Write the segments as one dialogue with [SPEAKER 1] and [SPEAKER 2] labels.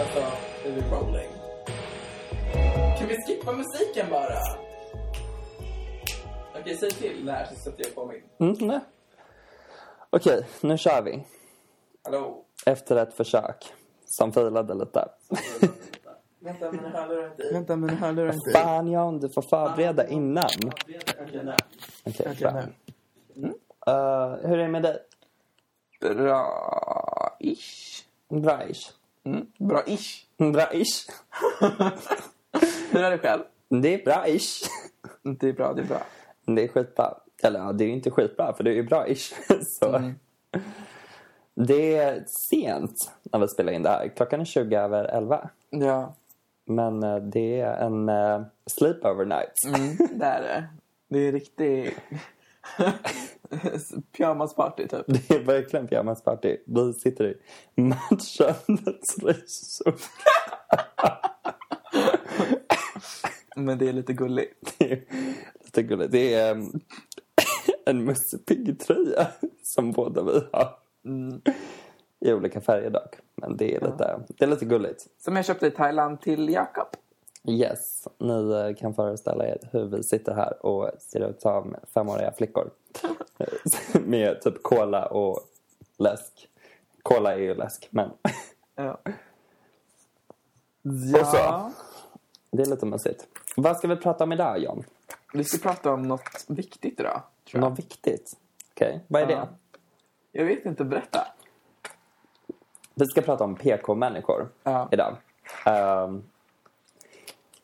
[SPEAKER 1] alltså, David Rowling. Kan vi skippa musiken bara? Okej, säg till här så sätter jag på min.
[SPEAKER 2] Mm, nej. Okej, nu kör vi.
[SPEAKER 1] Hallå?
[SPEAKER 2] Efter ett försök som filade lite.
[SPEAKER 1] Vänta, mina hörlurar är inte i.
[SPEAKER 3] Vänta, men hörlurar är inte i.
[SPEAKER 2] Fan Jan, du får förbereda innan.
[SPEAKER 1] Okej, nej.
[SPEAKER 2] Okej,
[SPEAKER 3] Okej,
[SPEAKER 2] bra.
[SPEAKER 3] nu.
[SPEAKER 2] Eh, hur är det med dig?
[SPEAKER 1] Bra-ish.
[SPEAKER 2] Bra-ish. Mm.
[SPEAKER 1] Bra-ish.
[SPEAKER 2] Bra-ish.
[SPEAKER 1] Hur är det själv?
[SPEAKER 2] Det är bra-ish.
[SPEAKER 1] Det är bra, det är bra.
[SPEAKER 2] Det är skitbra. Eller ja, det är ju inte skitbra för det är ju bra-ish. Så. Det är sent när vi spelar in det här. Klockan är 20 över 11.
[SPEAKER 3] Ja,
[SPEAKER 2] Men eh, det är en eh, sleepover night.
[SPEAKER 3] Mm.
[SPEAKER 1] Mm, Det är det.
[SPEAKER 3] det är riktigt...
[SPEAKER 1] Pyjamasparty, typ.
[SPEAKER 2] Det är verkligen pyjamasparty. Vi sitter i matchande tröjor.
[SPEAKER 3] Men det är lite gulligt.
[SPEAKER 2] Det är lite gulligt. Det är eh, en Musse Pigg-tröja som båda vi har. I olika färger dock. Men det är lite, det är lite gulligt.
[SPEAKER 1] Som jag köpte i Thailand till Jakob.
[SPEAKER 2] Yes, ni eh, kan föreställa er hur vi sitter här och ser ut som femåriga flickor. Med typ cola och läsk. Cola är ju läsk, men
[SPEAKER 3] Ja.
[SPEAKER 2] Och så. det är lite mysigt. Vad ska vi prata om idag, John?
[SPEAKER 3] Vi ska prata om något viktigt idag. Tror jag.
[SPEAKER 2] Något viktigt? Okej, vad är
[SPEAKER 3] Ja.
[SPEAKER 2] det?
[SPEAKER 3] jag vet inte, berätta.
[SPEAKER 2] Vi ska prata om PK-människor
[SPEAKER 3] Ja.
[SPEAKER 2] idag. Ehm,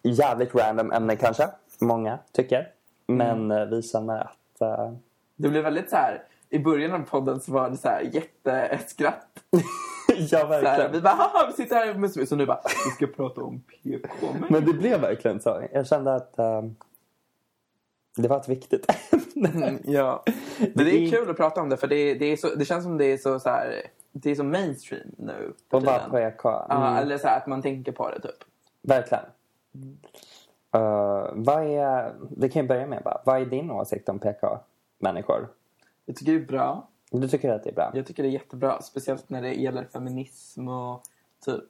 [SPEAKER 2] jävligt random ämne kanske, många tycker. Men eh, vi känner att... eh,
[SPEAKER 3] Det blev väldigt så här... I början av podden så var det så här jätteskratt.
[SPEAKER 2] ja,
[SPEAKER 3] Så här,
[SPEAKER 2] verkligen.
[SPEAKER 3] vi bara haha, vi sitter här med smus. Och nu bara, vi ska prata om PK. Men...
[SPEAKER 2] Men det blev verkligen så. Jag kände att ehm, det var ett viktigt ämne.
[SPEAKER 3] Mm, Ja. Men det är kul att prata om det för det, det, är så, det känns som det är så, så här... Det är så mainstream nu. för
[SPEAKER 2] Och bara
[SPEAKER 3] tiden.
[SPEAKER 2] PK.
[SPEAKER 3] Ja,
[SPEAKER 2] Mm,
[SPEAKER 3] eller så här att man tänker på det typ.
[SPEAKER 2] verkligen. Eh, vad är, vi kan ju börja med bara, vad är din åsikt om PK-människor?
[SPEAKER 3] Jag tycker det är bra.
[SPEAKER 2] Du tycker att det är bra?
[SPEAKER 3] Jag tycker det är jättebra. Speciellt när det gäller feminism och typ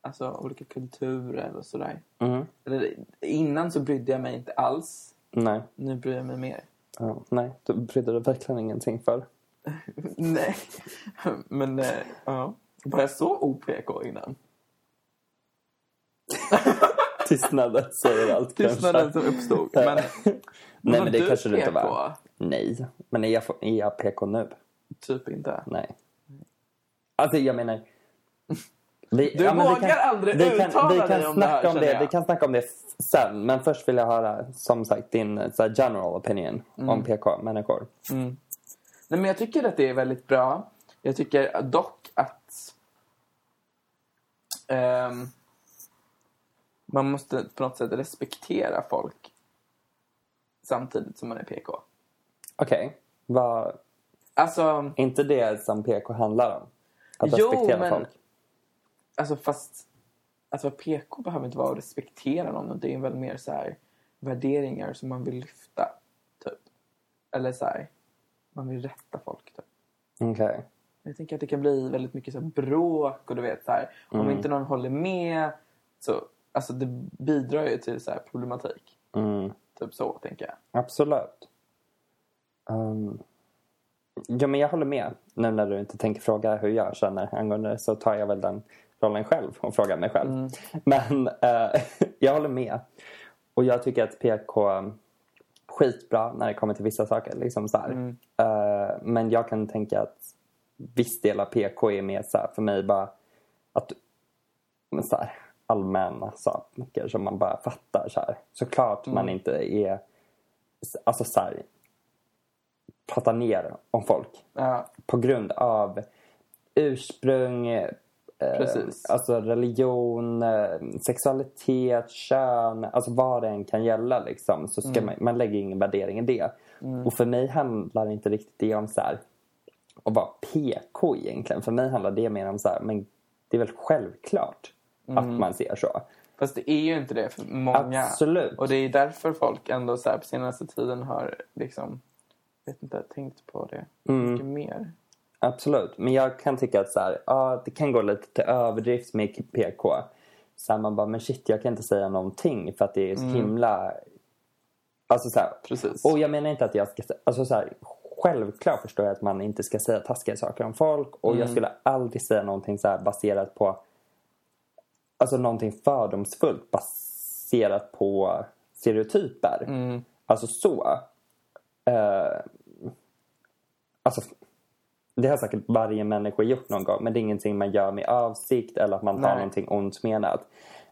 [SPEAKER 3] alltså olika kulturer och sådär.
[SPEAKER 2] Mm.
[SPEAKER 3] Eller, innan så brydde jag mig inte alls.
[SPEAKER 2] Nej.
[SPEAKER 3] Nu bryr jag mig mer.
[SPEAKER 2] Ja, nej, du brydde dig verkligen ingenting för.
[SPEAKER 3] Nej. Men eh, ja. Var jag så OPK innan?
[SPEAKER 2] Tystnaden säger allt
[SPEAKER 3] Tystnaden
[SPEAKER 2] kanske.
[SPEAKER 3] som uppstod. Men,
[SPEAKER 2] Nej, men det
[SPEAKER 3] du
[SPEAKER 2] kanske du inte
[SPEAKER 3] PK?
[SPEAKER 2] var. Nej, men är jag, är jag PK nu?
[SPEAKER 3] Typ inte.
[SPEAKER 2] Nej. Alltså, jag menar... Vi,
[SPEAKER 3] Du
[SPEAKER 2] men vi
[SPEAKER 3] vågar aldrig
[SPEAKER 2] vi kan,
[SPEAKER 3] uttala
[SPEAKER 2] vi
[SPEAKER 3] dig
[SPEAKER 2] kan
[SPEAKER 3] om det
[SPEAKER 2] snacka
[SPEAKER 3] här,
[SPEAKER 2] om
[SPEAKER 3] känner
[SPEAKER 2] det.
[SPEAKER 3] jag.
[SPEAKER 2] Vi kan snacka om det f- sen. Men först vill jag höra, som sagt, din eh, så här, general opinion
[SPEAKER 3] Mm.
[SPEAKER 2] om PK-människor.
[SPEAKER 3] Nej, men jag tycker att det är väldigt bra. Jag tycker dock att ehm, man måste på något sätt respektera folk samtidigt som man är PK.
[SPEAKER 2] Okej. Vad-
[SPEAKER 3] Alltså,
[SPEAKER 2] Är inte det som PK handlar om? Att
[SPEAKER 3] Jo,
[SPEAKER 2] respektera
[SPEAKER 3] men-
[SPEAKER 2] folk?
[SPEAKER 3] alltså fast att vara PK behöver inte vara att respektera någon. Det är väl mer så här värderingar som man vill lyfta. Typ. Eller så här, man vill rätta folk. Typ.
[SPEAKER 2] Okej.
[SPEAKER 3] Jag tänker att det kan bli väldigt mycket så här bråk och du vet så här, om inte någon håller med så alltså det bidrar ju till så här problematik.
[SPEAKER 2] Mm.
[SPEAKER 3] Typ så tänker jag.
[SPEAKER 2] Absolut. Ehm, ja, men jag håller med. Nu när du inte tänker fråga hur jag känner angående det så tar jag väl den rollen själv och frågar mig själv. Men eh, jag håller med. Och jag tycker att PK är skitbra när det kommer till vissa saker. Liksom så här. Eh, men jag kan tänka att viss del av PK är mer så här, för mig bara att men så här, allmänna saker som man bara fattar. Så här. Såklart man inte är alltså så här, prata ner om folk
[SPEAKER 3] Ja,
[SPEAKER 2] på grund av ursprung, eh,
[SPEAKER 3] Precis.
[SPEAKER 2] alltså religion, eh, sexualitet, kön, alltså vad det än kan gälla. Liksom, så ska
[SPEAKER 3] Mm.
[SPEAKER 2] man, man lägger ingen värdering i det. Och för mig handlar inte riktigt det om så här, att vara PK egentligen. För mig handlar det mer om så här, men det är väl självklart att man ser så.
[SPEAKER 3] Fast det är ju inte det för många.
[SPEAKER 2] Absolut.
[SPEAKER 3] Mm. Och det är därför folk ändå så här på senaste tiden har liksom vet inte, tänkt på det mycket mer.
[SPEAKER 2] Absolut, men jag kan tycka att så här, ja, det kan gå lite till överdrift med PK. Så här, man bara, men shit jag kan inte säga någonting för att det är så himla... Alltså så här,
[SPEAKER 3] Precis.
[SPEAKER 2] och jag menar inte att jag ska... sä- Alltså så här, självklart förstår jag att man inte ska säga taskiga saker om folk. Och jag skulle aldrig säga någonting så här baserat på... Alltså någonting fördomsfullt baserat på stereotyper. Alltså så. Eh, alltså, det har säkert varje människa gjort någon gång. Men det är ingenting man gör med avsikt eller att man har
[SPEAKER 3] Nej.
[SPEAKER 2] någonting ont menat.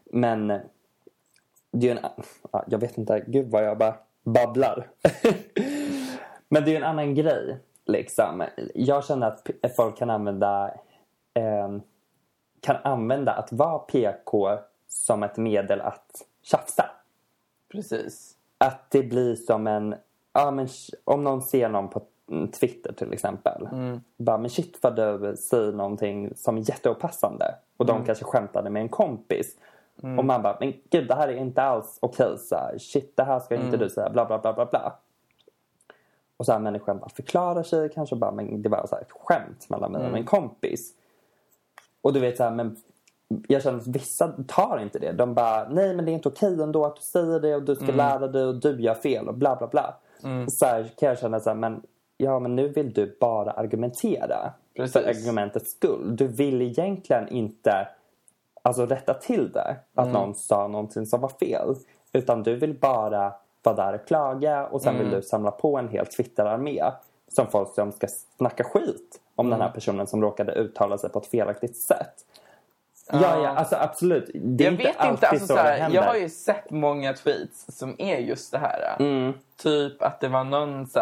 [SPEAKER 2] Men det är ju en... ja, Jag vet inte, gud vad jag bara babblar. Men det är ju en annan grej. Liksom. Jag känner att p- folk kan använda ehm, kan använda att vara PK som ett medel att tjafsa.
[SPEAKER 3] Precis.
[SPEAKER 2] Att det blir som en... Ja, men sh- om någon ser någon på mm, Twitter till exempel. Bara, men shit vad du säger någonting som är jätteopassande. Och de kanske skämtade med en kompis. Och man bara, men gud det här är inte alls okej. så här. Shit det här ska inte du säga. Bla bla bla bla bla. Och så här människan bara förklarar sig kanske bara, men det var så här ett skämt mellan mig och min kompis. Och du vet så här, men jag känner att vissa tar inte det. De bara, nej men det är inte okej ändå att du säger det och du ska lära dig och du gör fel och bla bla bla. Så här kan jag känna så här, men ja men nu vill du bara argumentera. För
[SPEAKER 3] Precis.
[SPEAKER 2] argumentets skull. Du vill egentligen inte alltså, rätta till det. Att
[SPEAKER 3] Mm.
[SPEAKER 2] någon sa någonting som var fel. Utan du vill bara vara där och klaga och sen
[SPEAKER 3] Mm.
[SPEAKER 2] vill du samla på en hel Twitterarmé som folk som ska snacka skit om
[SPEAKER 3] Mm.
[SPEAKER 2] den här personen som råkade uttala sig på ett felaktigt sätt. Ja, ja, alltså absolut. Det är
[SPEAKER 3] Ah. Jag
[SPEAKER 2] inte
[SPEAKER 3] vet
[SPEAKER 2] alltid
[SPEAKER 3] inte. Alltså,
[SPEAKER 2] så
[SPEAKER 3] såhär,
[SPEAKER 2] det händer.
[SPEAKER 3] jag har ju sett många tweets som är just det här.
[SPEAKER 2] Mm.
[SPEAKER 3] Typ att det var någon så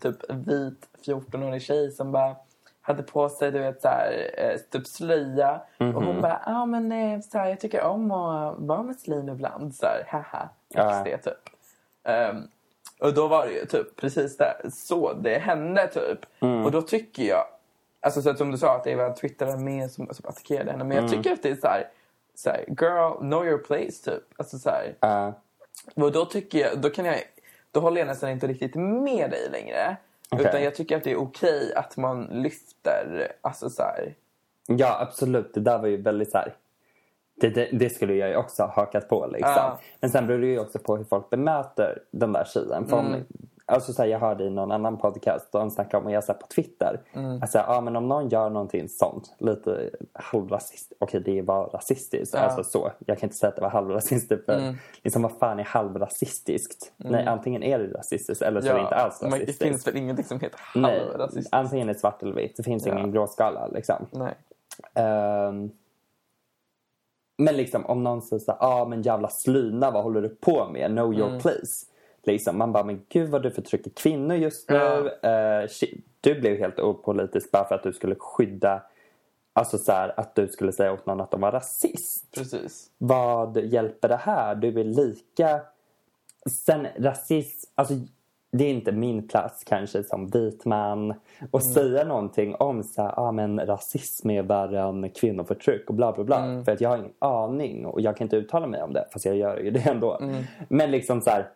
[SPEAKER 3] typ vit 14-årig tjej som bara hade på sig du vet, så eh, typ slöja. Och
[SPEAKER 2] Mhm.
[SPEAKER 3] hon bara, ah, men, eh, så jag tycker om att vara muslim ibland. Så haha, typ."
[SPEAKER 2] Ja.
[SPEAKER 3] Ehm, typ.
[SPEAKER 2] Mm.
[SPEAKER 3] Alltså, typ.
[SPEAKER 2] Mm. Ja.
[SPEAKER 3] Alltså, och då tycker jag, då kan jag, då håller jag nästan inte riktigt med dig längre.
[SPEAKER 2] Okej.
[SPEAKER 3] Utan jag tycker att det är okej att man lyfter, alltså så här,
[SPEAKER 2] Ja, absolut. Det där var ju väldigt så här... Det, det, det skulle jag ju också ha hakat på. Liksom.
[SPEAKER 3] Ja.
[SPEAKER 2] Men sen beror det ju också på hur folk bemöter den där tjejen. För
[SPEAKER 3] Mm.
[SPEAKER 2] om, alltså, så här, jag hörde i någon annan podcast, de snackade om, och jag sa på Twitter,
[SPEAKER 3] Mm.
[SPEAKER 2] att så här, ja, men om någon gör någonting sånt, lite halvrasist, okej det var rasistiskt, alltså så. Jag kan inte säga att det var halvrasistiskt,
[SPEAKER 3] Mm.
[SPEAKER 2] för liksom, vad fan är halvrasistiskt? Nej, antingen är det rasistiskt eller så är det inte alls
[SPEAKER 3] men det
[SPEAKER 2] rasistiskt.
[SPEAKER 3] finns väl ingenting som heter
[SPEAKER 2] Nej,
[SPEAKER 3] halvrasist?
[SPEAKER 2] antingen är det svart eller vitt, det finns ingen gråskala liksom.
[SPEAKER 3] Nej.
[SPEAKER 2] Ehm, men liksom om någon säger så här, ah, men jävla slyna, vad håller du på med? Know your place. Liksom, man bara, men gud vad du förtrycker kvinnor just nu. Eh, shit, du blev helt opolitisk bara för att du skulle skydda, alltså så här, att du skulle säga åt någon att de var rasist
[SPEAKER 3] Precis.
[SPEAKER 2] vad hjälper det här? Du är lika... Sen rasism, alltså det är inte min plats kanske som vit man att säga någonting om så här, ah, men rasism är värre än kvinnoförtryck och bla bla bla. För att jag har ingen aning och jag kan inte uttala mig om det fast jag gör ju det ändå. Men liksom så här,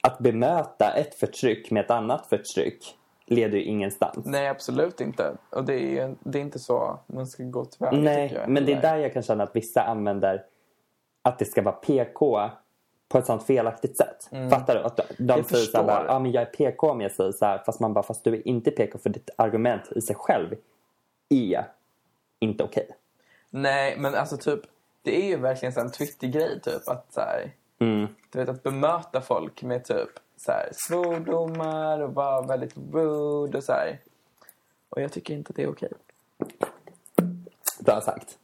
[SPEAKER 2] att bemöta ett förtryck med ett annat förtryck leder ju ingenstans.
[SPEAKER 3] Nej, absolut inte. Och det är, det är inte så man ska gå tillväga tycker
[SPEAKER 2] Nej,
[SPEAKER 3] jag.
[SPEAKER 2] men det är där jag kan känna att vissa använder att det ska vara PK på ett sånt felaktigt sätt. Fattar du? Att de- de
[SPEAKER 3] Mm. Jag
[SPEAKER 2] säger så här,
[SPEAKER 3] förstår.
[SPEAKER 2] bara, ja men jag är PK om jag säger så här. Fast man bara, fast du är inte PK för ditt argument i sig själv är inte okej.
[SPEAKER 3] Nej, men alltså typ, det är ju verkligen så här en Twitter-grej typ att så här, du vet att bemöta folk med typ så här, svordomar och vara väldigt rude och så här. Och jag tycker inte att det är okej.
[SPEAKER 2] Bra sagt.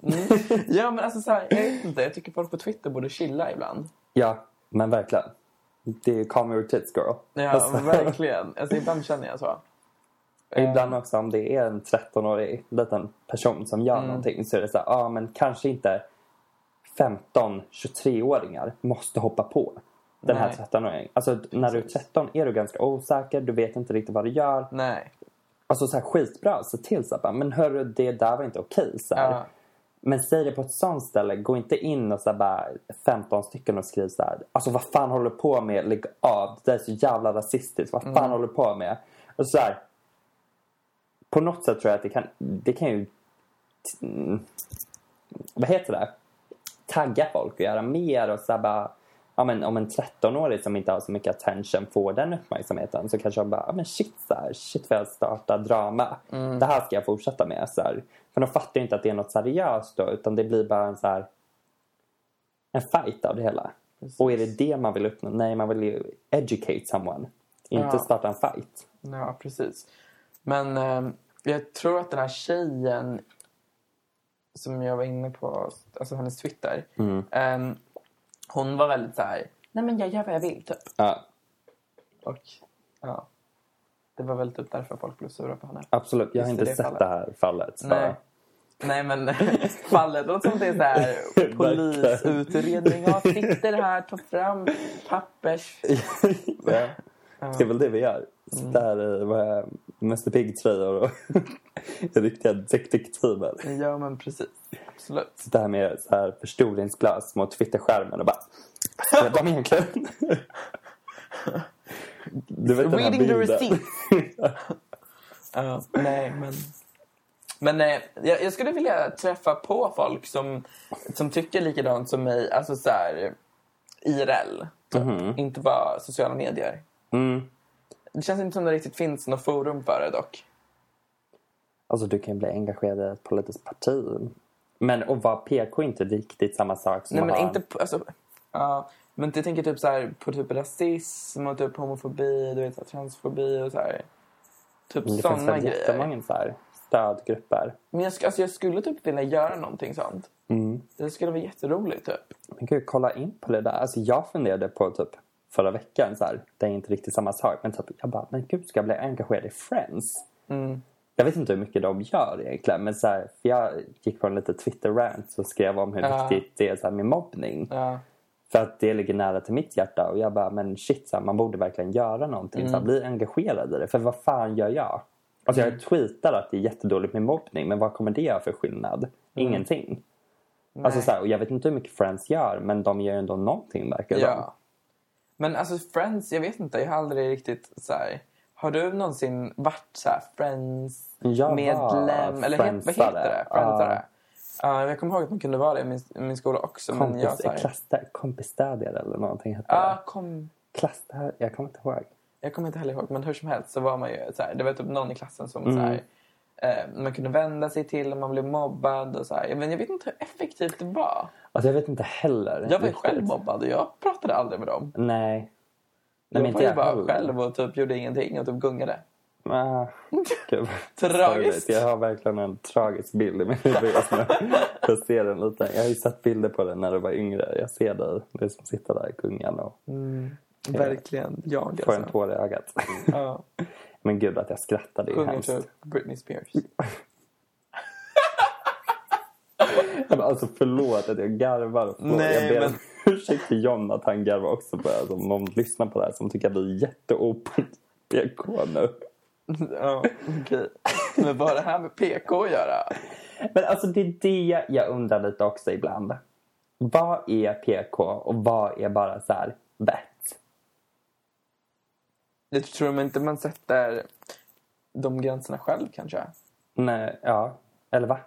[SPEAKER 3] Ja, men alltså så här, jag vet inte, jag tycker folk på Twitter borde chilla ibland.
[SPEAKER 2] Ja, men verkligen. Det är ju calm your tits girl.
[SPEAKER 3] Ja,
[SPEAKER 2] Alltså,
[SPEAKER 3] verkligen. Alltså ibland känner jag så. Eh.
[SPEAKER 2] Ibland också om det är en 13-årig liten person som gör
[SPEAKER 3] Mm.
[SPEAKER 2] någonting så är det så här, ja men kanske inte 15-23-åringar måste hoppa på den här
[SPEAKER 3] Nej.
[SPEAKER 2] 13-åringen. Alltså när du är 13 är du ganska osäker, du vet inte riktigt vad du gör.
[SPEAKER 3] Nej.
[SPEAKER 2] Alltså så här skitbra, se till så här, bara, men hörru det där var inte okej. Så här.
[SPEAKER 3] Ja.
[SPEAKER 2] Men säg det på ett sånt ställe, gå inte in och så här, bara 15 stycken och skriv så här, alltså vad fan håller du på med, lägg av, det där är så jävla rasistiskt, vad fan
[SPEAKER 3] Mm.
[SPEAKER 2] håller du på med? Och så här, på något sätt tror jag att det kan, det kan ju... Mm, Vad heter det? tagga folk och göra mer och så här bara Ja, men om en 13-årig som inte har så mycket attention får den uppmärksamheten så kanske de bara, ja, men shit, så här, shit vad jag startar drama. Det här ska jag fortsätta med. Så här. Men de fattar ju inte att det är något seriöst då utan det blir bara en så här en fight av det hela. Och är det det man vill uppnå? Nej, man vill ju educate someone. Inte
[SPEAKER 3] Ja.
[SPEAKER 2] starta en fight.
[SPEAKER 3] Ja, precis. Men eh, jag tror att den här tjejen som jag var inne på, alltså hennes Twitter. eh, hon var väldigt så här, nej men jag gör vad jag vill typ.
[SPEAKER 2] Ja,
[SPEAKER 3] Och ja, det var väl typ därför folk blev sura på henne.
[SPEAKER 2] absolut. Jag har
[SPEAKER 3] Just
[SPEAKER 2] inte
[SPEAKER 3] det
[SPEAKER 2] sett
[SPEAKER 3] fallet.
[SPEAKER 2] det här fallet. så
[SPEAKER 3] Nej. Nej men fallet låter som det är så här polisutredning. Ja, sitter här, tar fram pappers.
[SPEAKER 2] Ja. Det är väl det vi gör.
[SPEAKER 3] Mm.
[SPEAKER 2] Sitter i vad, Mr Pigg-tröjor och riktiga detektiver.
[SPEAKER 3] Ja men precis, absolut.
[SPEAKER 2] Sitter här med så här förstoringsglas mot Twitterskärmen och bara... Jag bara, men egentligen... Du vet den här
[SPEAKER 3] Reading the
[SPEAKER 2] bilden.
[SPEAKER 3] receipt. Ja, nej, men... Men eh, jag, jag skulle vilja träffa på folk som, som tycker likadant som mig. Alltså så här, IRL. typ. Inte bara sociala medier.
[SPEAKER 2] Mhm. Mm.
[SPEAKER 3] Det känns inte som det riktigt finns något forum för det dock.
[SPEAKER 2] Alltså du kan ju bli engagerad i ett politiskt parti. Men att vara PK är inte riktigt samma sak som
[SPEAKER 3] Nej,
[SPEAKER 2] att
[SPEAKER 3] men
[SPEAKER 2] ha
[SPEAKER 3] inte... på- Alltså, ja, men jag tänker typ så här, på typ rasism och typ homofobi, du vet, så här, transfobi och så här. Typ
[SPEAKER 2] en... Det finns
[SPEAKER 3] sådana
[SPEAKER 2] väl
[SPEAKER 3] grejer.
[SPEAKER 2] jättemånga så här stödgrupper.
[SPEAKER 3] Men jag, sk- alltså, jag skulle typ vilja göra någonting sånt. Det skulle vara jätteroligt typ.
[SPEAKER 2] Men gud, kolla in på det där. Alltså jag funderade på typ förra veckan så här, det är inte riktigt samma sak. Men typ, jag bara, men gud ska jag bli engagerad i Friends? Jag vet inte hur mycket de gör egentligen. Men så här, för jag gick på en liten Twitter-rant och skrev om hur
[SPEAKER 3] Ja.
[SPEAKER 2] viktigt det är så här, med mobbning.
[SPEAKER 3] Ja.
[SPEAKER 2] För att det ligger nära till mitt hjärta. Och jag bara, men shit, så här, man borde verkligen göra någonting.
[SPEAKER 3] Mm.
[SPEAKER 2] Så här, bli engagerad i det. För vad fan gör jag? Alltså jag tweetar att det är jättedåligt med mobbning. Men vad kommer det göra för skillnad? Ingenting. Alltså
[SPEAKER 3] Mm. Nej.
[SPEAKER 2] så här, och jag vet inte hur mycket Friends gör. Men de gör ju ändå någonting verkar det som.
[SPEAKER 3] Ja. Men alltså Friends, jag vet inte. Jag har aldrig riktigt så här. Har du någonsin varit så här Friends
[SPEAKER 2] Jag var
[SPEAKER 3] medlem? Eller het, vad heter
[SPEAKER 2] friendsare.
[SPEAKER 3] det? Friendsare. Ja, jag kommer ihåg att man kunde vara det i min, i min skola också. men jag,
[SPEAKER 2] Kompis,
[SPEAKER 3] så här,
[SPEAKER 2] klaster, kompisstödjare eller någonting hette
[SPEAKER 3] ja,
[SPEAKER 2] det.
[SPEAKER 3] kom,
[SPEAKER 2] Klaster, jag kommer inte ihåg.
[SPEAKER 3] jag kommer inte heller ihåg. Men hur som helst så var man ju så här. Det var typ någon i klassen som så här, eh, man kunde vända sig till om man blev mobbad. Och så här. Men jag vet inte hur effektivt det var.
[SPEAKER 2] Alltså jag vet inte heller.
[SPEAKER 3] Jag var ju
[SPEAKER 2] riktigt.
[SPEAKER 3] själv mobbad och jag pratade aldrig med dem.
[SPEAKER 2] Nej. Nej,
[SPEAKER 3] Jag
[SPEAKER 2] men
[SPEAKER 3] var
[SPEAKER 2] inte
[SPEAKER 3] ju bara
[SPEAKER 2] heller.
[SPEAKER 3] själv och typ gjorde ingenting och typ gungade.
[SPEAKER 2] Ah, gud, vad
[SPEAKER 3] Tragiskt.
[SPEAKER 2] sorgligt. Jag har verkligen en tragisk bild i min huvud just nu. Jag ser den lite. Jag har ju sett bilder på den när du var yngre. Jag ser dig, du som sitter där i gungan och
[SPEAKER 3] Mm, Verkligen jag
[SPEAKER 2] får en
[SPEAKER 3] alltså.
[SPEAKER 2] tår i ögat.
[SPEAKER 3] Ja,
[SPEAKER 2] Men gud att jag skrattade, det är
[SPEAKER 3] sjunger
[SPEAKER 2] hemskt.
[SPEAKER 3] typ Britney Spears.
[SPEAKER 2] Men Alltså förlåt att jag garvar. och Förlåt.
[SPEAKER 3] Nej,
[SPEAKER 2] jag ber om
[SPEAKER 3] men-
[SPEAKER 2] ursäkt till John att han garvar också på det här. Alltså, Om någon lyssnar på det här som tycker att vi är jätte-PK nu. Mm.
[SPEAKER 3] Ja, okej. Men vad har det här med PK att göra?
[SPEAKER 2] Men alltså det är det jag undrar lite också ibland. Vad är PK och vad är bara så här vett?
[SPEAKER 3] Jag tror man inte man sätter de gränserna själv kanske.
[SPEAKER 2] Nej, ja. Eller va?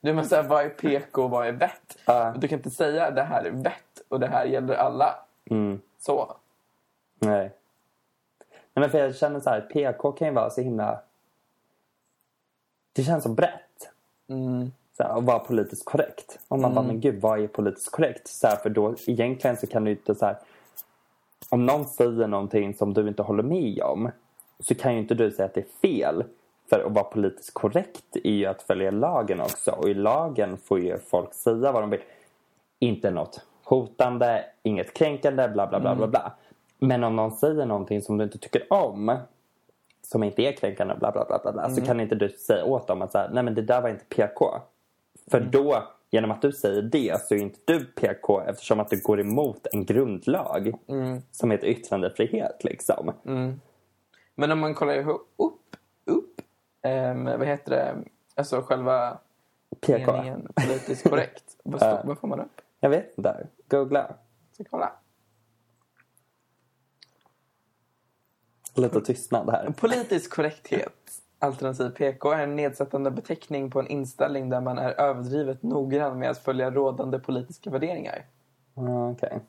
[SPEAKER 3] Du måste säga vad är PK och vad är vett?
[SPEAKER 2] Ja.
[SPEAKER 3] Du kan inte säga det här är vett och det här gäller alla.
[SPEAKER 2] Mm.
[SPEAKER 3] Så.
[SPEAKER 2] Nej. Nej men för jag känner så här, PK kan ju vara så himla... Det känns så brett. Så här, att vara politiskt korrekt. Om man bara, men gud vad är politiskt korrekt? Så här, för då egentligen så kan du inte så här... Om någon säger någonting som du inte håller med om så kan ju inte du säga att det är fel. För att vara politiskt korrekt är ju att följa lagen också. Och i lagen får ju folk säga vad de vill. inte något hotande, inget kränkande, bla bla bla bla bla. Men om någon säger någonting som du inte tycker om som inte är kränkande, bla bla bla bla, bla så kan inte du säga åt dem att så här, nej men det där var inte PK. För då, genom att du säger det så är inte du PK eftersom att du går emot en grundlag som heter yttrandefrihet liksom.
[SPEAKER 3] Men om man kollar ihop, upp, upp ehm, vad heter det, alltså själva
[SPEAKER 2] PK.
[SPEAKER 3] meningen politiskt korrekt. Vad, står, vad får man upp?
[SPEAKER 2] Jag vet inte. Googla.
[SPEAKER 3] Ska kolla.
[SPEAKER 2] Lite tystnad här.
[SPEAKER 3] Politisk korrekthet. Alternativ PK är en nedsättande beteckning på en inställning där man är överdrivet noggrann med att följa rådande politiska värderingar.
[SPEAKER 2] Ja, Okej.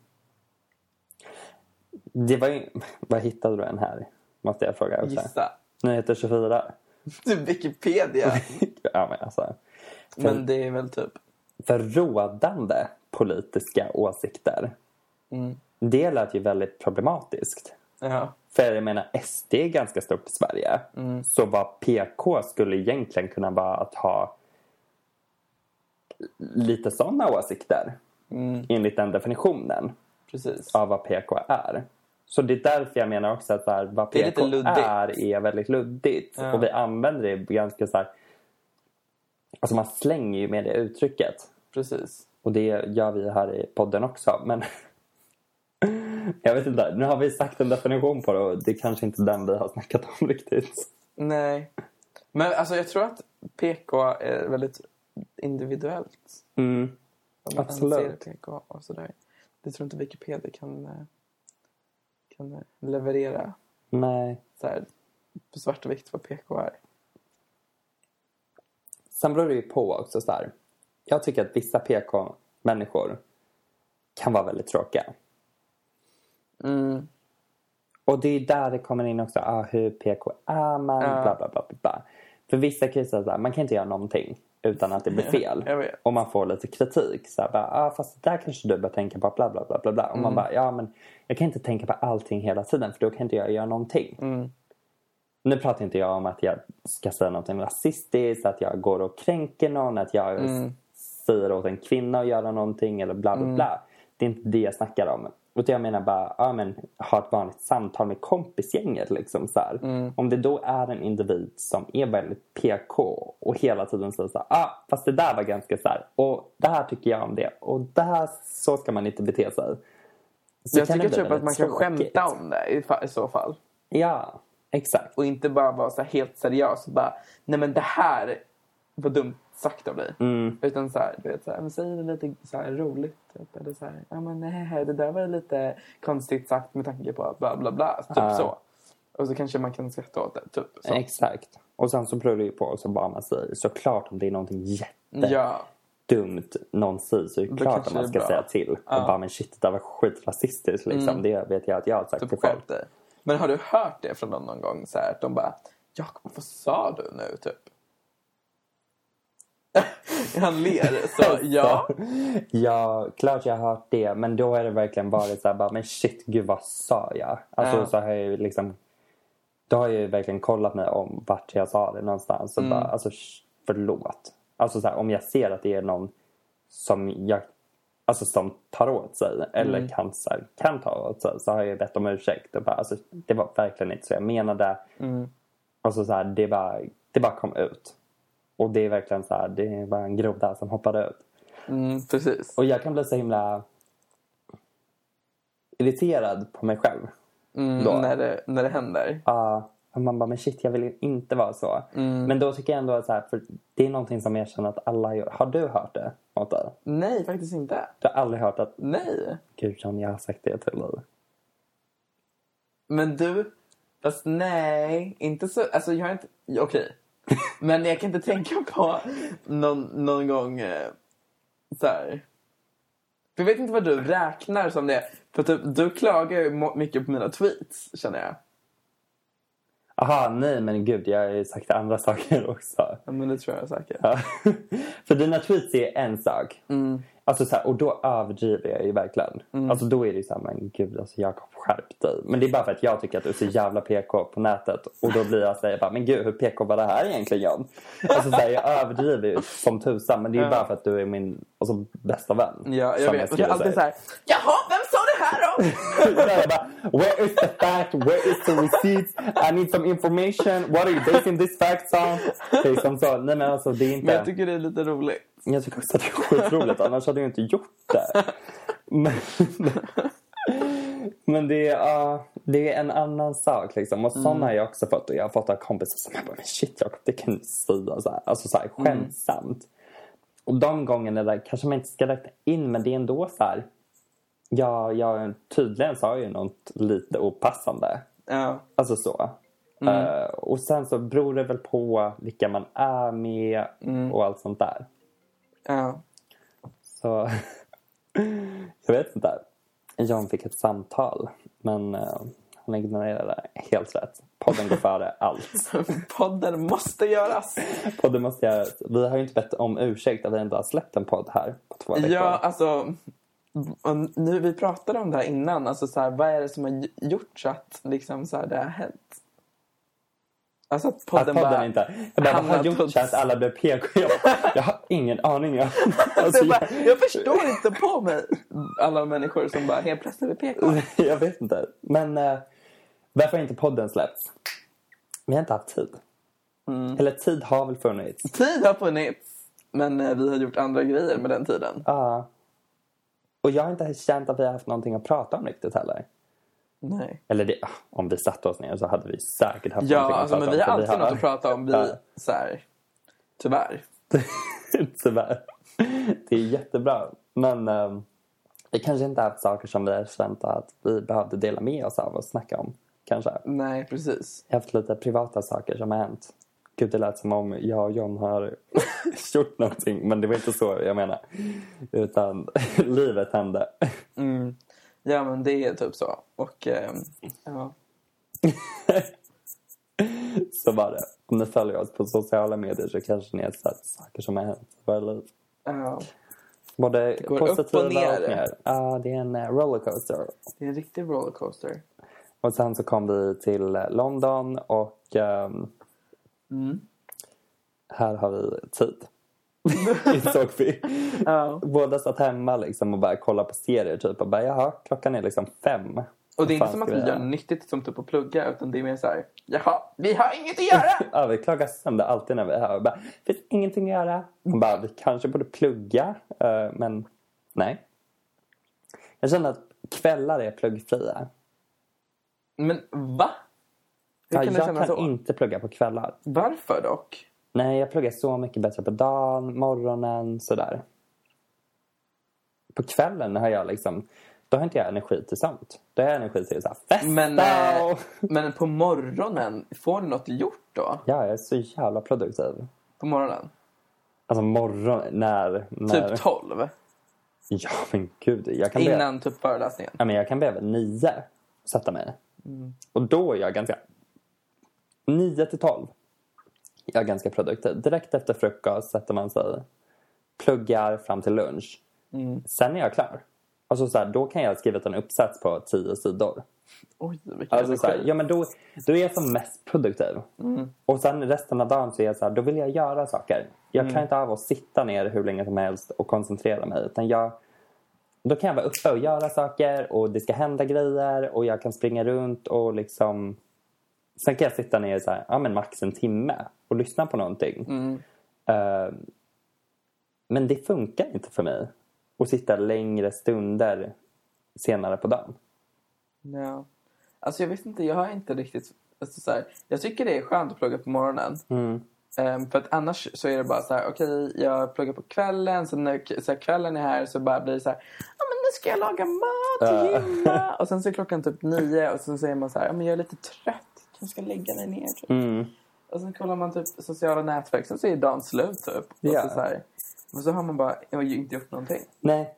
[SPEAKER 2] Det var ju... Vad hittade du den här? Måste jag fråga också.
[SPEAKER 3] Gissa.
[SPEAKER 2] Nyheter 24.
[SPEAKER 3] Du, Wikipedia!
[SPEAKER 2] ja, men alltså.
[SPEAKER 3] Men det är väl typ...
[SPEAKER 2] Förrådande politiska åsikter.
[SPEAKER 3] Mm.
[SPEAKER 2] Det lät ju väldigt problematiskt.
[SPEAKER 3] Ja.
[SPEAKER 2] För jag menar, SD är ganska stort i Sverige.
[SPEAKER 3] Mm.
[SPEAKER 2] Så vad PK skulle egentligen kunna vara att ha lite sådana åsikter.
[SPEAKER 3] Mm.
[SPEAKER 2] Enligt den definitionen
[SPEAKER 3] Precis.
[SPEAKER 2] av vad PK är. Så det är därför jag menar också att så här, vad
[SPEAKER 3] Det är lite
[SPEAKER 2] PK
[SPEAKER 3] luddigt.
[SPEAKER 2] är, är väldigt luddigt.
[SPEAKER 3] Ja.
[SPEAKER 2] Och vi använder det ganska så här... Alltså man slänger ju med det uttrycket.
[SPEAKER 3] Precis.
[SPEAKER 2] Och det gör vi här i podden också. Men jag vet inte, nu har vi sagt en definition på det och det är kanske inte den vi har snackat om riktigt.
[SPEAKER 3] Nej. Men alltså jag tror att PK är väldigt individuellt.
[SPEAKER 2] Mm.
[SPEAKER 3] Vad man
[SPEAKER 2] Absolut.
[SPEAKER 3] anser PK och sådär. Det tror inte Wikipedia kan, eh, kan eh, leverera
[SPEAKER 2] Nej.
[SPEAKER 3] så här, på svart och vitt vad PK är.
[SPEAKER 2] Sen beror det ju på också så här. Jag tycker att vissa PK-människor kan vara väldigt tråkiga.
[SPEAKER 3] Mm.
[SPEAKER 2] Och det är där det kommer in också, ah, hur PK är man,
[SPEAKER 3] Ja.
[SPEAKER 2] bla, bla bla bla bla. För vissa kan ju säga så här, man kan inte göra någonting utan att det blir fel.
[SPEAKER 3] jag vet.
[SPEAKER 2] och man får lite kritik. Så här, bara, ah, fast det där kanske du bör tänka på, bla bla bla bla bla. Och man
[SPEAKER 3] Mm.
[SPEAKER 2] bara, ja men jag kan inte tänka på allting hela tiden för då kan inte jag göra någonting.
[SPEAKER 3] Mm.
[SPEAKER 2] Nu pratar inte jag om att jag ska säga någonting rasistiskt, att jag går och kränker någon, att jag
[SPEAKER 3] Mm.
[SPEAKER 2] säger åt en kvinna att göra någonting eller bla bla bla. Det är inte det jag snackar om. Utan jag menar bara, ja men ha ett vanligt samtal med kompisgänget liksom så här.
[SPEAKER 3] Mm.
[SPEAKER 2] Om det då är en individ som är väldigt PK och hela tiden säger så här, ah, fast det där var ganska så här och det här tycker jag om det och det här, så ska man inte bete sig. Så
[SPEAKER 3] jag
[SPEAKER 2] kan det
[SPEAKER 3] tycker
[SPEAKER 2] bli
[SPEAKER 3] typ att
[SPEAKER 2] väldigt
[SPEAKER 3] man kan
[SPEAKER 2] tråkigt.
[SPEAKER 3] skämta om det i, fa- i så fall.
[SPEAKER 2] Ja, exakt.
[SPEAKER 3] Och inte bara vara så här helt seriös och bara nej men det här var dumt sagt av dig.
[SPEAKER 2] Mm.
[SPEAKER 3] Utan så här, du vet så här, men säg det lite så här roligt. Typ. Eller så här, ja men nej, det där var lite konstigt sagt med tanke på bla bla bla. Typ
[SPEAKER 2] Ja.
[SPEAKER 3] så. Och så kanske man kan skratta åt det. Typ så.
[SPEAKER 2] Exakt. Och sen så beror det ju på också vad man säger. Såklart om det är någonting jättedumt
[SPEAKER 3] Ja,
[SPEAKER 2] någon säger så är det
[SPEAKER 3] Då
[SPEAKER 2] klart
[SPEAKER 3] kanske
[SPEAKER 2] att man
[SPEAKER 3] det är
[SPEAKER 2] ska
[SPEAKER 3] bra. Mm.
[SPEAKER 2] säga till. Och bara men shit det där var skitrasistiskt liksom. Det vet jag att jag har sagt
[SPEAKER 3] typ
[SPEAKER 2] till folk.
[SPEAKER 3] skärp dig. Men har du hört det från någon, någon gång? Så här, att de bara, Jakob vad sa du nu typ? Han ler så ja.
[SPEAKER 2] Ja, klart jag har hört det. Men då har det verkligen varit så här, bara, men shit, gud vad sa jag? Alltså
[SPEAKER 3] Ja.
[SPEAKER 2] så har jag ju liksom... Då har jag ju verkligen kollat mig om vart jag sa det någonstans. Och bara, alltså sh- förlåt. Alltså så här, om jag ser att det är någon som jag... Alltså som tar åt sig eller kan, så här, kan ta åt sig så har jag ju bett om ursäkt. Och bara, alltså, det var verkligen inte så jag menade. Alltså så här, det, bara, det bara kom ut. Och det är verkligen så här, det var en groda som hoppade ut.
[SPEAKER 3] Mm, precis.
[SPEAKER 2] Och jag kan bli så himla irriterad på mig själv.
[SPEAKER 3] Mm,
[SPEAKER 2] Då.
[SPEAKER 3] när, det, när det händer.
[SPEAKER 2] Ja, och man bara, men shit, jag vill ju inte vara så. Men då tycker jag ändå att så här, för det är någonting som jag känner att alla gör. Har du hört det åt dig?
[SPEAKER 3] Nej, faktiskt inte.
[SPEAKER 2] Du har aldrig hört att,
[SPEAKER 3] Nej.
[SPEAKER 2] gud John, jag har sagt det till dig.
[SPEAKER 3] Men du, fast nej, inte så, alltså jag har inte, ja, okej. Men jag kan inte tänka på någon, någon gång eh, så här. För Jag vet inte vad du räknar som det. För typ, du klagar ju mo- mycket på mina tweets, känner jag.
[SPEAKER 2] Aha, nej men gud, jag har ju sagt andra saker också.
[SPEAKER 3] Ja, men det tror jag säkert.
[SPEAKER 2] Ja. För dina tweets är en sak.
[SPEAKER 3] Mm.
[SPEAKER 2] Alltså så här, och då överdriver jag ju verkligen. Alltså då är det ju såhär, men gud alltså Jakob skärp dig. Men det är bara för att jag tycker att du är så jävla PK på nätet. Och då blir jag såhär, men gud hur PK var det här egentligen John? Alltså så här, jag överdriver ju som tusan. Men det är ju
[SPEAKER 3] Ja.
[SPEAKER 2] bara för att du är min alltså, bästa vän.
[SPEAKER 3] Ja, jag
[SPEAKER 2] som
[SPEAKER 3] vet. Och
[SPEAKER 2] skulle
[SPEAKER 3] jag är alltid så
[SPEAKER 2] säga.
[SPEAKER 3] här, jaha, vem sa det här då?
[SPEAKER 2] jag bara, where is the fact? Where is the receipts? I need some information. What are you basing this fact on? Liksom så. Nej men alltså det är inte...
[SPEAKER 3] Men jag tycker det är lite roligt.
[SPEAKER 2] Jag tycker också att det är skitroligt, annars hade jag inte gjort det. Men, men det, är, ja, det är en annan sak. Liksom. Och såna har jag också fått. Och jag har fått av kompisar som jag bara, men shit Jakob, det kan du inte säga. Så här. Alltså så här, skämtsamt. Och de gångerna där kanske man inte ska räkna in, men det är ändå så här. Ja, jag, tydligen sa jag ju något lite opassande.
[SPEAKER 3] Ja.
[SPEAKER 2] Alltså så. Eh, och sen så beror det väl på vilka man är med och allt sånt där.
[SPEAKER 3] Ja.
[SPEAKER 2] Så jag vet inte. John fick ett samtal, men eh, han ignorerade det. Helt rätt. Podden går före allt.
[SPEAKER 3] Podden måste göras!
[SPEAKER 2] Podden måste göras. Vi har ju inte bett om ursäkt att vi ändå har släppt en podd här på två veckor.
[SPEAKER 3] Ja, alltså... och Nu, vi pratade om det här innan. Alltså, så här, vad är det som har gjort så att liksom, så här, det har hänt? Alltså att podden,
[SPEAKER 2] att podden
[SPEAKER 3] bara...
[SPEAKER 2] inte... Jag bara, vad har
[SPEAKER 3] hamnat
[SPEAKER 2] gjort
[SPEAKER 3] på-
[SPEAKER 2] så att alla blev PK? Jag, bara, jag har ingen aning. Jag, alltså,
[SPEAKER 3] Jag,
[SPEAKER 2] jag,
[SPEAKER 3] bara, jag förstår inte på mig alla människor som bara helt plötsligt är PK.
[SPEAKER 2] jag vet inte. Men eh, varför har inte podden släppts? Vi har inte haft tid.
[SPEAKER 3] Mm.
[SPEAKER 2] Eller tid har väl funnits?
[SPEAKER 3] Tid har funnits, men eh, vi har gjort andra grejer med den tiden.
[SPEAKER 2] Ja. Och jag har inte känt att vi har haft någonting att prata om riktigt heller.
[SPEAKER 3] Nej.
[SPEAKER 2] Eller det, ah, om vi satte oss ner så hade vi säkert haft
[SPEAKER 3] Ja,
[SPEAKER 2] någonting
[SPEAKER 3] alltså,
[SPEAKER 2] att prata
[SPEAKER 3] men
[SPEAKER 2] om.
[SPEAKER 3] vi har
[SPEAKER 2] för
[SPEAKER 3] alltid något att prata om. Vi,
[SPEAKER 2] Ja.
[SPEAKER 3] så här, tyvärr.
[SPEAKER 2] Tyvärr. Det är jättebra. Men eh, vi kanske inte har haft saker som vi har känt att vi behövde dela med oss av och snacka om. Kanske.
[SPEAKER 3] Nej, precis.
[SPEAKER 2] Jag har haft lite privata saker som har hänt. Gud, det lät som om jag och John har gjort någonting. Men det var inte så jag menar. Utan livet hände.
[SPEAKER 3] Ja, men det är typ så. Och eh, ja.
[SPEAKER 2] Så var det. Om ni följer oss på sociala medier så kanske ni har sett saker som har hänt i våra liv.
[SPEAKER 3] ja,
[SPEAKER 2] Både
[SPEAKER 3] går upp och
[SPEAKER 2] positiva och
[SPEAKER 3] ner.
[SPEAKER 2] ner. Ja, det är en eh, rollercoaster.
[SPEAKER 3] det är en riktig rollercoaster.
[SPEAKER 2] Och sen så kom vi till eh, London och ehm,
[SPEAKER 3] Mm.
[SPEAKER 2] här har vi tid. Insåg vi.
[SPEAKER 3] Ja.
[SPEAKER 2] Båda satt hemma liksom och bara kollade på serier typ och bara jaha, klockan är liksom fem.
[SPEAKER 3] Och det är inte
[SPEAKER 2] Vad fan
[SPEAKER 3] som att
[SPEAKER 2] ska
[SPEAKER 3] vi gör
[SPEAKER 2] göra?
[SPEAKER 3] nyttigt som typ att plugga, utan det är mer så här, jaha, vi har inget att göra!
[SPEAKER 2] Ja, vi klagar sönder alltid när vi är här. Och bara, finns ingenting att göra. Och bara, vi kanske borde plugga, eh, men nej. Jag känner att kvällar är pluggfria.
[SPEAKER 3] Men va? Hur
[SPEAKER 2] Ja,
[SPEAKER 3] kan du
[SPEAKER 2] jag
[SPEAKER 3] känna
[SPEAKER 2] kan
[SPEAKER 3] så?
[SPEAKER 2] inte plugga på kvällar.
[SPEAKER 3] Varför dock?
[SPEAKER 2] Nej, jag pluggar så mycket bättre på dagen, morgonen, sådär. På kvällen har jag liksom, då har inte jag energi till sånt. Då har jag energi till så här, festa
[SPEAKER 3] Men, eh,
[SPEAKER 2] och...
[SPEAKER 3] men på morgonen, får du något gjort då?
[SPEAKER 2] Ja, jag är så jävla produktiv.
[SPEAKER 3] På morgonen?
[SPEAKER 2] Alltså morgon, när... när...
[SPEAKER 3] Typ 12?
[SPEAKER 2] Ja, men gud. Jag kan be-
[SPEAKER 3] Innan typ föreläsningen?
[SPEAKER 2] Ja, men jag kan behöva nio och sätta mig. Och då är jag ganska... Nio till tolv. Jag är ganska produktiv. Direkt efter frukost sätter man sig, pluggar fram till lunch. Sen är jag klar. Alltså så här, då kan jag ha skrivit en uppsats på tio sidor.
[SPEAKER 3] Oj, vilken
[SPEAKER 2] Alltså så här, ja, men då, då är jag som mest produktiv. Och sen resten av dagen så är jag så här, då vill jag göra saker. Jag klarar inte av att sitta ner hur länge som helst och koncentrera mig. Utan jag, då kan jag vara uppe och göra saker och det ska hända grejer och jag kan springa runt och liksom... Sen kan jag sitta ner så här, ja, men max en timme och lyssna på någonting. Eh, men det funkar inte för mig att sitta längre stunder senare på dagen.
[SPEAKER 3] Ja. Alltså jag vet inte, jag har inte riktigt... Alltså så här, jag tycker det är skönt att plugga på morgonen. Ehm, för att annars så är det bara så här, okej jag pluggar på kvällen, så när så här, kvällen är här så bara blir det så här, ja men nu ska jag laga mat och gymma. och sen så är klockan typ nio och sen säger man så här, ja men jag är lite trött, jag ska lägga mig ner typ. Och sen kollar man typ sociala nätverk, sen så är dagen slut typ. Och,
[SPEAKER 2] Ja.
[SPEAKER 3] så, så här, och så har man bara, jag har ju inte gjort någonting.
[SPEAKER 2] Nej,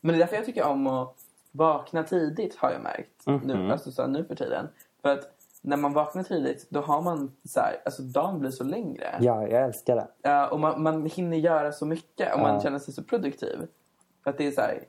[SPEAKER 3] Men det är därför jag tycker om att vakna tidigt har jag märkt. nu, alltså så här, nu för tiden. För att när man vaknar tidigt då har man så här, alltså dagen blir så längre.
[SPEAKER 2] Ja, jag älskar det.
[SPEAKER 3] Eh, och man, man hinner göra så mycket och man känner sig så produktiv. För att det är så här,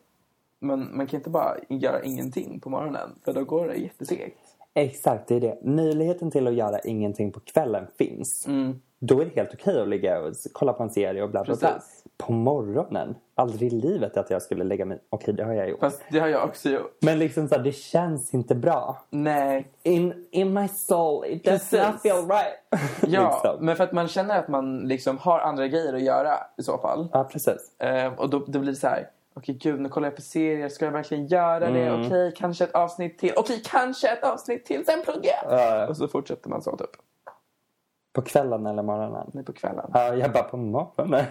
[SPEAKER 3] man, man kan inte bara göra ingenting på morgonen för då går det jättesegt.
[SPEAKER 2] Exakt, det är det. Möjligheten till att göra ingenting på kvällen finns.
[SPEAKER 3] Mm.
[SPEAKER 2] Då är det helt okej att ligga och s- kolla på en serie och bla bla bla.
[SPEAKER 3] Precis.
[SPEAKER 2] På morgonen? Aldrig i livet att jag skulle lägga mig... Okej, det har jag gjort.
[SPEAKER 3] Fast det har jag också gjort.
[SPEAKER 2] Men liksom så här, det känns inte bra.
[SPEAKER 3] Nej.
[SPEAKER 2] In, in my soul, it does
[SPEAKER 3] Precis.
[SPEAKER 2] not feel right.
[SPEAKER 3] Ja,
[SPEAKER 2] liksom.
[SPEAKER 3] men för att man känner att man liksom har andra grejer att göra i så fall.
[SPEAKER 2] Ja, precis.
[SPEAKER 3] Eh, och då, då blir det så här. Okej, gud, nu kollar jag på serier. Ska jag verkligen göra det?
[SPEAKER 2] Mm.
[SPEAKER 3] Okej, kanske ett avsnitt till. Okej, kanske ett avsnitt till. Sen pluggar jag! Och så fortsätter man så typ.
[SPEAKER 2] Eh, På kvällen eller morgonen?
[SPEAKER 3] Nu på kvällen.
[SPEAKER 2] Ja, jag bara på morgonen.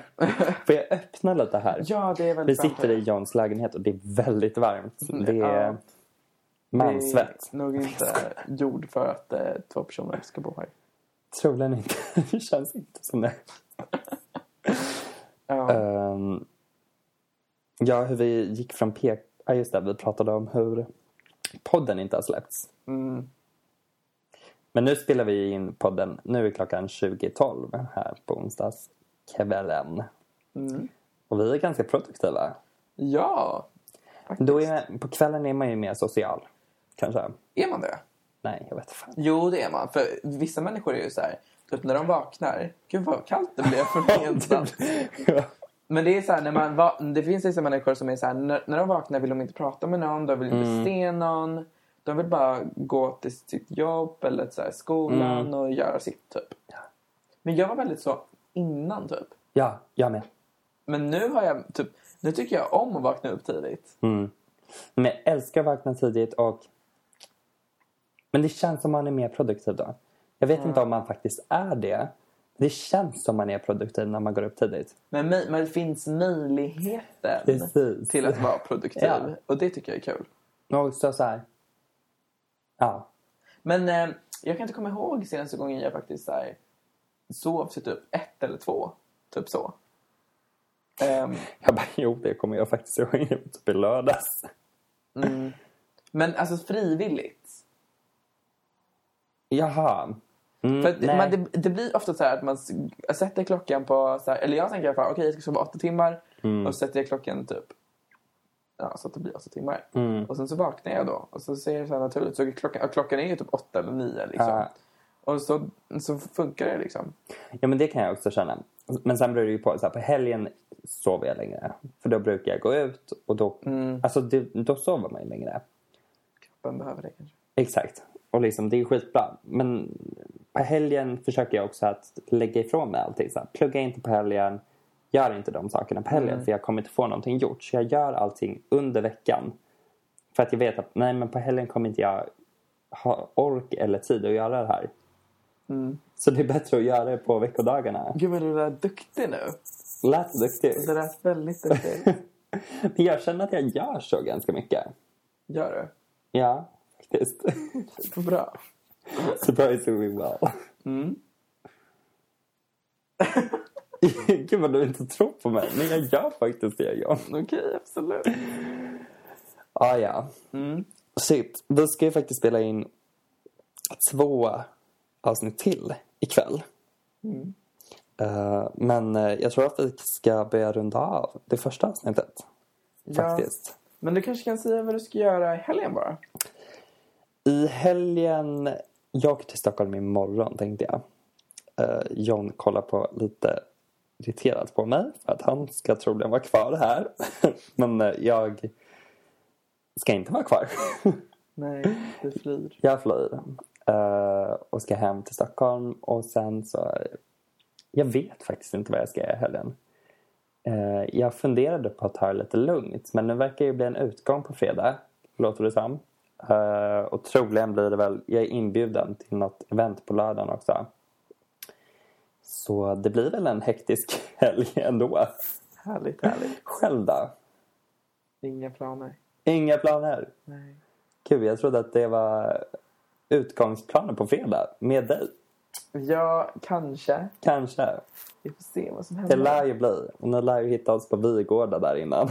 [SPEAKER 2] Får jag öppna lite här?
[SPEAKER 3] Ja, det är väl
[SPEAKER 2] Vi
[SPEAKER 3] sant.
[SPEAKER 2] sitter i Johns lägenhet och det är väldigt varmt. Det är,
[SPEAKER 3] Mm, ja.
[SPEAKER 2] Mansvett.
[SPEAKER 3] Det är nog inte gjord för att eh, två personer ska bo här.
[SPEAKER 2] Troligen inte. det känns inte som det.
[SPEAKER 3] Ja.
[SPEAKER 2] Ehm, ja, hur vi gick från PK... Ja, just det. Vi pratade om hur podden inte har släppts.
[SPEAKER 3] Mm.
[SPEAKER 2] Men nu spelar vi in podden. Nu är klockan 20.12 här på onsdagskvällen.
[SPEAKER 3] Mm.
[SPEAKER 2] Och vi är ganska produktiva.
[SPEAKER 3] ja,
[SPEAKER 2] Då är, på kvällen är man ju mer social. Kanske.
[SPEAKER 3] är man det?
[SPEAKER 2] Nej, jag vet fan.
[SPEAKER 3] Jo, det är man. För vissa människor är ju så här, typ när de vaknar. Gud vad kallt det blev för mig ensamt. Men det är så här, när man va- det finns vissa människor som är så här, när, när de vaknar vill de inte prata med någon, de vill
[SPEAKER 2] Mm.
[SPEAKER 3] inte se någon. De vill bara gå till sitt jobb eller så här, skolan
[SPEAKER 2] Mm.
[SPEAKER 3] och göra sitt typ. Men jag var väldigt så innan typ.
[SPEAKER 2] ja, jag med.
[SPEAKER 3] Men nu har jag typ, nu tycker jag om att vakna upp tidigt.
[SPEAKER 2] Mm. Men jag älskar att vakna tidigt och... Men det känns som man är mer produktiv då. Jag vet inte om man faktiskt är det. Det känns som man är produktiv när man går upp tidigt.
[SPEAKER 3] Men, mi- men det finns möjligheten
[SPEAKER 2] Precis.
[SPEAKER 3] till att vara produktiv.
[SPEAKER 2] Ja.
[SPEAKER 3] Och det tycker jag är kul.
[SPEAKER 2] Men också så här... Ja.
[SPEAKER 3] Men eh, jag kan inte komma ihåg senaste gången jag faktiskt så här, sov till typ ett eller två. Typ så. Ehm,
[SPEAKER 2] Jag bara, jo, det kommer jag faktiskt ihåg. Det var Typ i lördags.
[SPEAKER 3] men alltså frivilligt.
[SPEAKER 2] Jaha. Mm,
[SPEAKER 3] För att
[SPEAKER 2] nej.
[SPEAKER 3] man, det, det blir ofta så här att man s- sätter klockan på... Så här, eller jag tänker i alla fall, okej jag ska sova åtta timmar.
[SPEAKER 2] Mm.
[SPEAKER 3] Och så sätter jag klockan typ... Ja, så att det blir åtta timmar.
[SPEAKER 2] Mm.
[SPEAKER 3] Och sen så vaknar jag då. Och så ser det så här naturligt. Så klockan, och klockan är ju typ åtta eller nio liksom.
[SPEAKER 2] Ja.
[SPEAKER 3] Och så, så funkar det liksom.
[SPEAKER 2] Ja, men det kan jag också känna. Men sen beror det ju på. Så här, på helgen sover jag längre. För då brukar jag gå ut och då,
[SPEAKER 3] Mm.
[SPEAKER 2] alltså, det, då sover man ju längre.
[SPEAKER 3] Vem behöver det kanske?
[SPEAKER 2] Exakt. Och liksom, det är skitbra. Men på helgen försöker jag också att lägga ifrån mig allting. Så här, plugga inte på helgen. Gör inte de sakerna på helgen för jag kommer inte få någonting gjort. Så jag gör allting under veckan. För att jag vet att nej, men på helgen kommer inte jag ha ork eller tid att göra det här. Så det är bättre att göra det på veckodagarna.
[SPEAKER 3] Gud vad du är duktig nu.
[SPEAKER 2] Lät duktig.
[SPEAKER 3] Det lät väldigt duktigt.
[SPEAKER 2] Men jag känner att jag gör så ganska mycket.
[SPEAKER 3] Gör du?
[SPEAKER 2] Ja, faktiskt.
[SPEAKER 3] Vad bra.
[SPEAKER 2] Surprisingly well. Gud vad du inte tror på mig. Men jag gör faktiskt det jag
[SPEAKER 3] Okej, absolut.
[SPEAKER 2] ah, ja. Shit, vi ska ju faktiskt spela in två avsnitt till ikväll. Eh, men eh, jag tror att vi ska börja runda av det första avsnittet. Faktiskt.
[SPEAKER 3] Men du kanske kan säga vad du ska göra i helgen bara?
[SPEAKER 2] I helgen... Jag åker till Stockholm imorgon, tänkte jag. Eh, John kollar på lite irriterad på mig för att han ska troligen vara kvar här. Men eh, jag ska inte vara kvar.
[SPEAKER 3] Nej, du flyr.
[SPEAKER 2] jag flyr eh, och ska hem till Stockholm och sen så... Jag vet faktiskt inte vad jag ska göra i helgen. Eh, jag funderade på att ta det lite lugnt men nu verkar det bli en utgång på fredag, låter det som. Eh, och troligen blir det väl... Jag är inbjuden till något event på lördagen också. Så det blir väl en hektisk helg ändå.
[SPEAKER 3] Härligt, härligt.
[SPEAKER 2] Själv då?
[SPEAKER 3] Inga planer.
[SPEAKER 2] Inga planer?
[SPEAKER 3] Nej.
[SPEAKER 2] Gud, jag trodde att det var utgångsplanen på fredag med dig.
[SPEAKER 3] Ja, kanske.
[SPEAKER 2] Kanske.
[SPEAKER 3] Vi får se vad som
[SPEAKER 2] Det
[SPEAKER 3] händer.
[SPEAKER 2] lär ju bli. Och ni lär ju hitta oss på Vigårda där innan.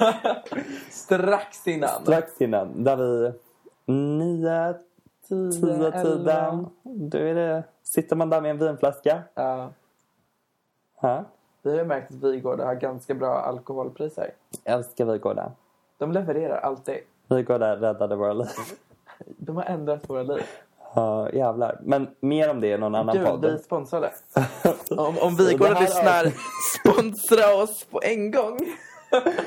[SPEAKER 3] Strax innan.
[SPEAKER 2] Strax innan. Där vi... Nio, tio tiden.
[SPEAKER 3] elva.
[SPEAKER 2] Då är det... Sitter man där med en vinflaska.
[SPEAKER 3] Ja.
[SPEAKER 2] Ja.
[SPEAKER 3] vi har ju märkt att Vigårda har ganska bra alkoholpriser.
[SPEAKER 2] Älskar Vigårda.
[SPEAKER 3] De levererar alltid.
[SPEAKER 2] Vigårda räddade våra liv.
[SPEAKER 3] De har ändrat våra liv.
[SPEAKER 2] Ja, jävlar. Men mer om det i någon annan
[SPEAKER 3] Gud,
[SPEAKER 2] podd.
[SPEAKER 3] vi är sponsrade. Om, om
[SPEAKER 2] Det
[SPEAKER 3] Vigårda
[SPEAKER 2] här
[SPEAKER 3] lyssnar,
[SPEAKER 2] avsnittet-
[SPEAKER 3] sponsra oss på en gång.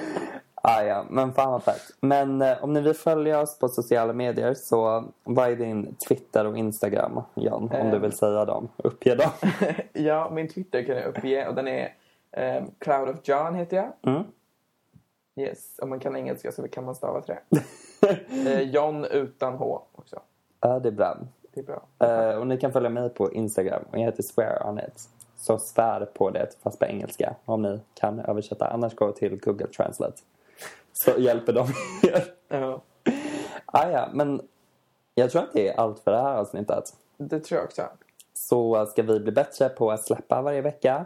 [SPEAKER 2] Ah, ja, men fan vad fett. Men eh, om ni vill följa oss på sociala medier så vad är din Twitter och Instagram, Jan? Om du
[SPEAKER 3] Eh.
[SPEAKER 2] vill säga dem. Uppge dem.
[SPEAKER 3] Ja, min Twitter kan jag uppge och den är eh, Cloud of John heter jag.
[SPEAKER 2] Mm.
[SPEAKER 3] Yes, om man kan engelska så kan man stava till det. eh, John utan H också.
[SPEAKER 2] Ja, det är bra.
[SPEAKER 3] Det är bra.
[SPEAKER 2] Eh, och ni kan följa mig på Instagram och jag heter swear on it. Så svär på det fast på engelska om ni kan översätta. Annars gå till Google Translate. Så hjälper de er.
[SPEAKER 3] Ja.
[SPEAKER 2] Ja, Ah, ja, men jag tror att det är allt för det här avsnittet.
[SPEAKER 3] Det tror jag också.
[SPEAKER 2] Så ska vi bli bättre på att släppa varje vecka.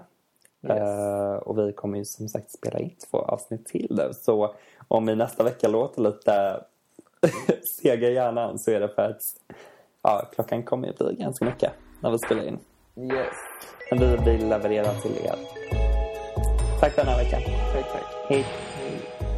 [SPEAKER 3] Yes.
[SPEAKER 2] Eh, och vi kommer ju som sagt spela in två avsnitt till nu. Så om vi nästa vecka låter lite sega i hjärnan så är det för att ja, klockan kommer ju bli ganska mycket när vi spelar in.
[SPEAKER 3] Yes.
[SPEAKER 2] Men vi vill leverera till er. Tack för den här veckan.
[SPEAKER 3] Tack, tack.
[SPEAKER 2] Hej!
[SPEAKER 3] Hej.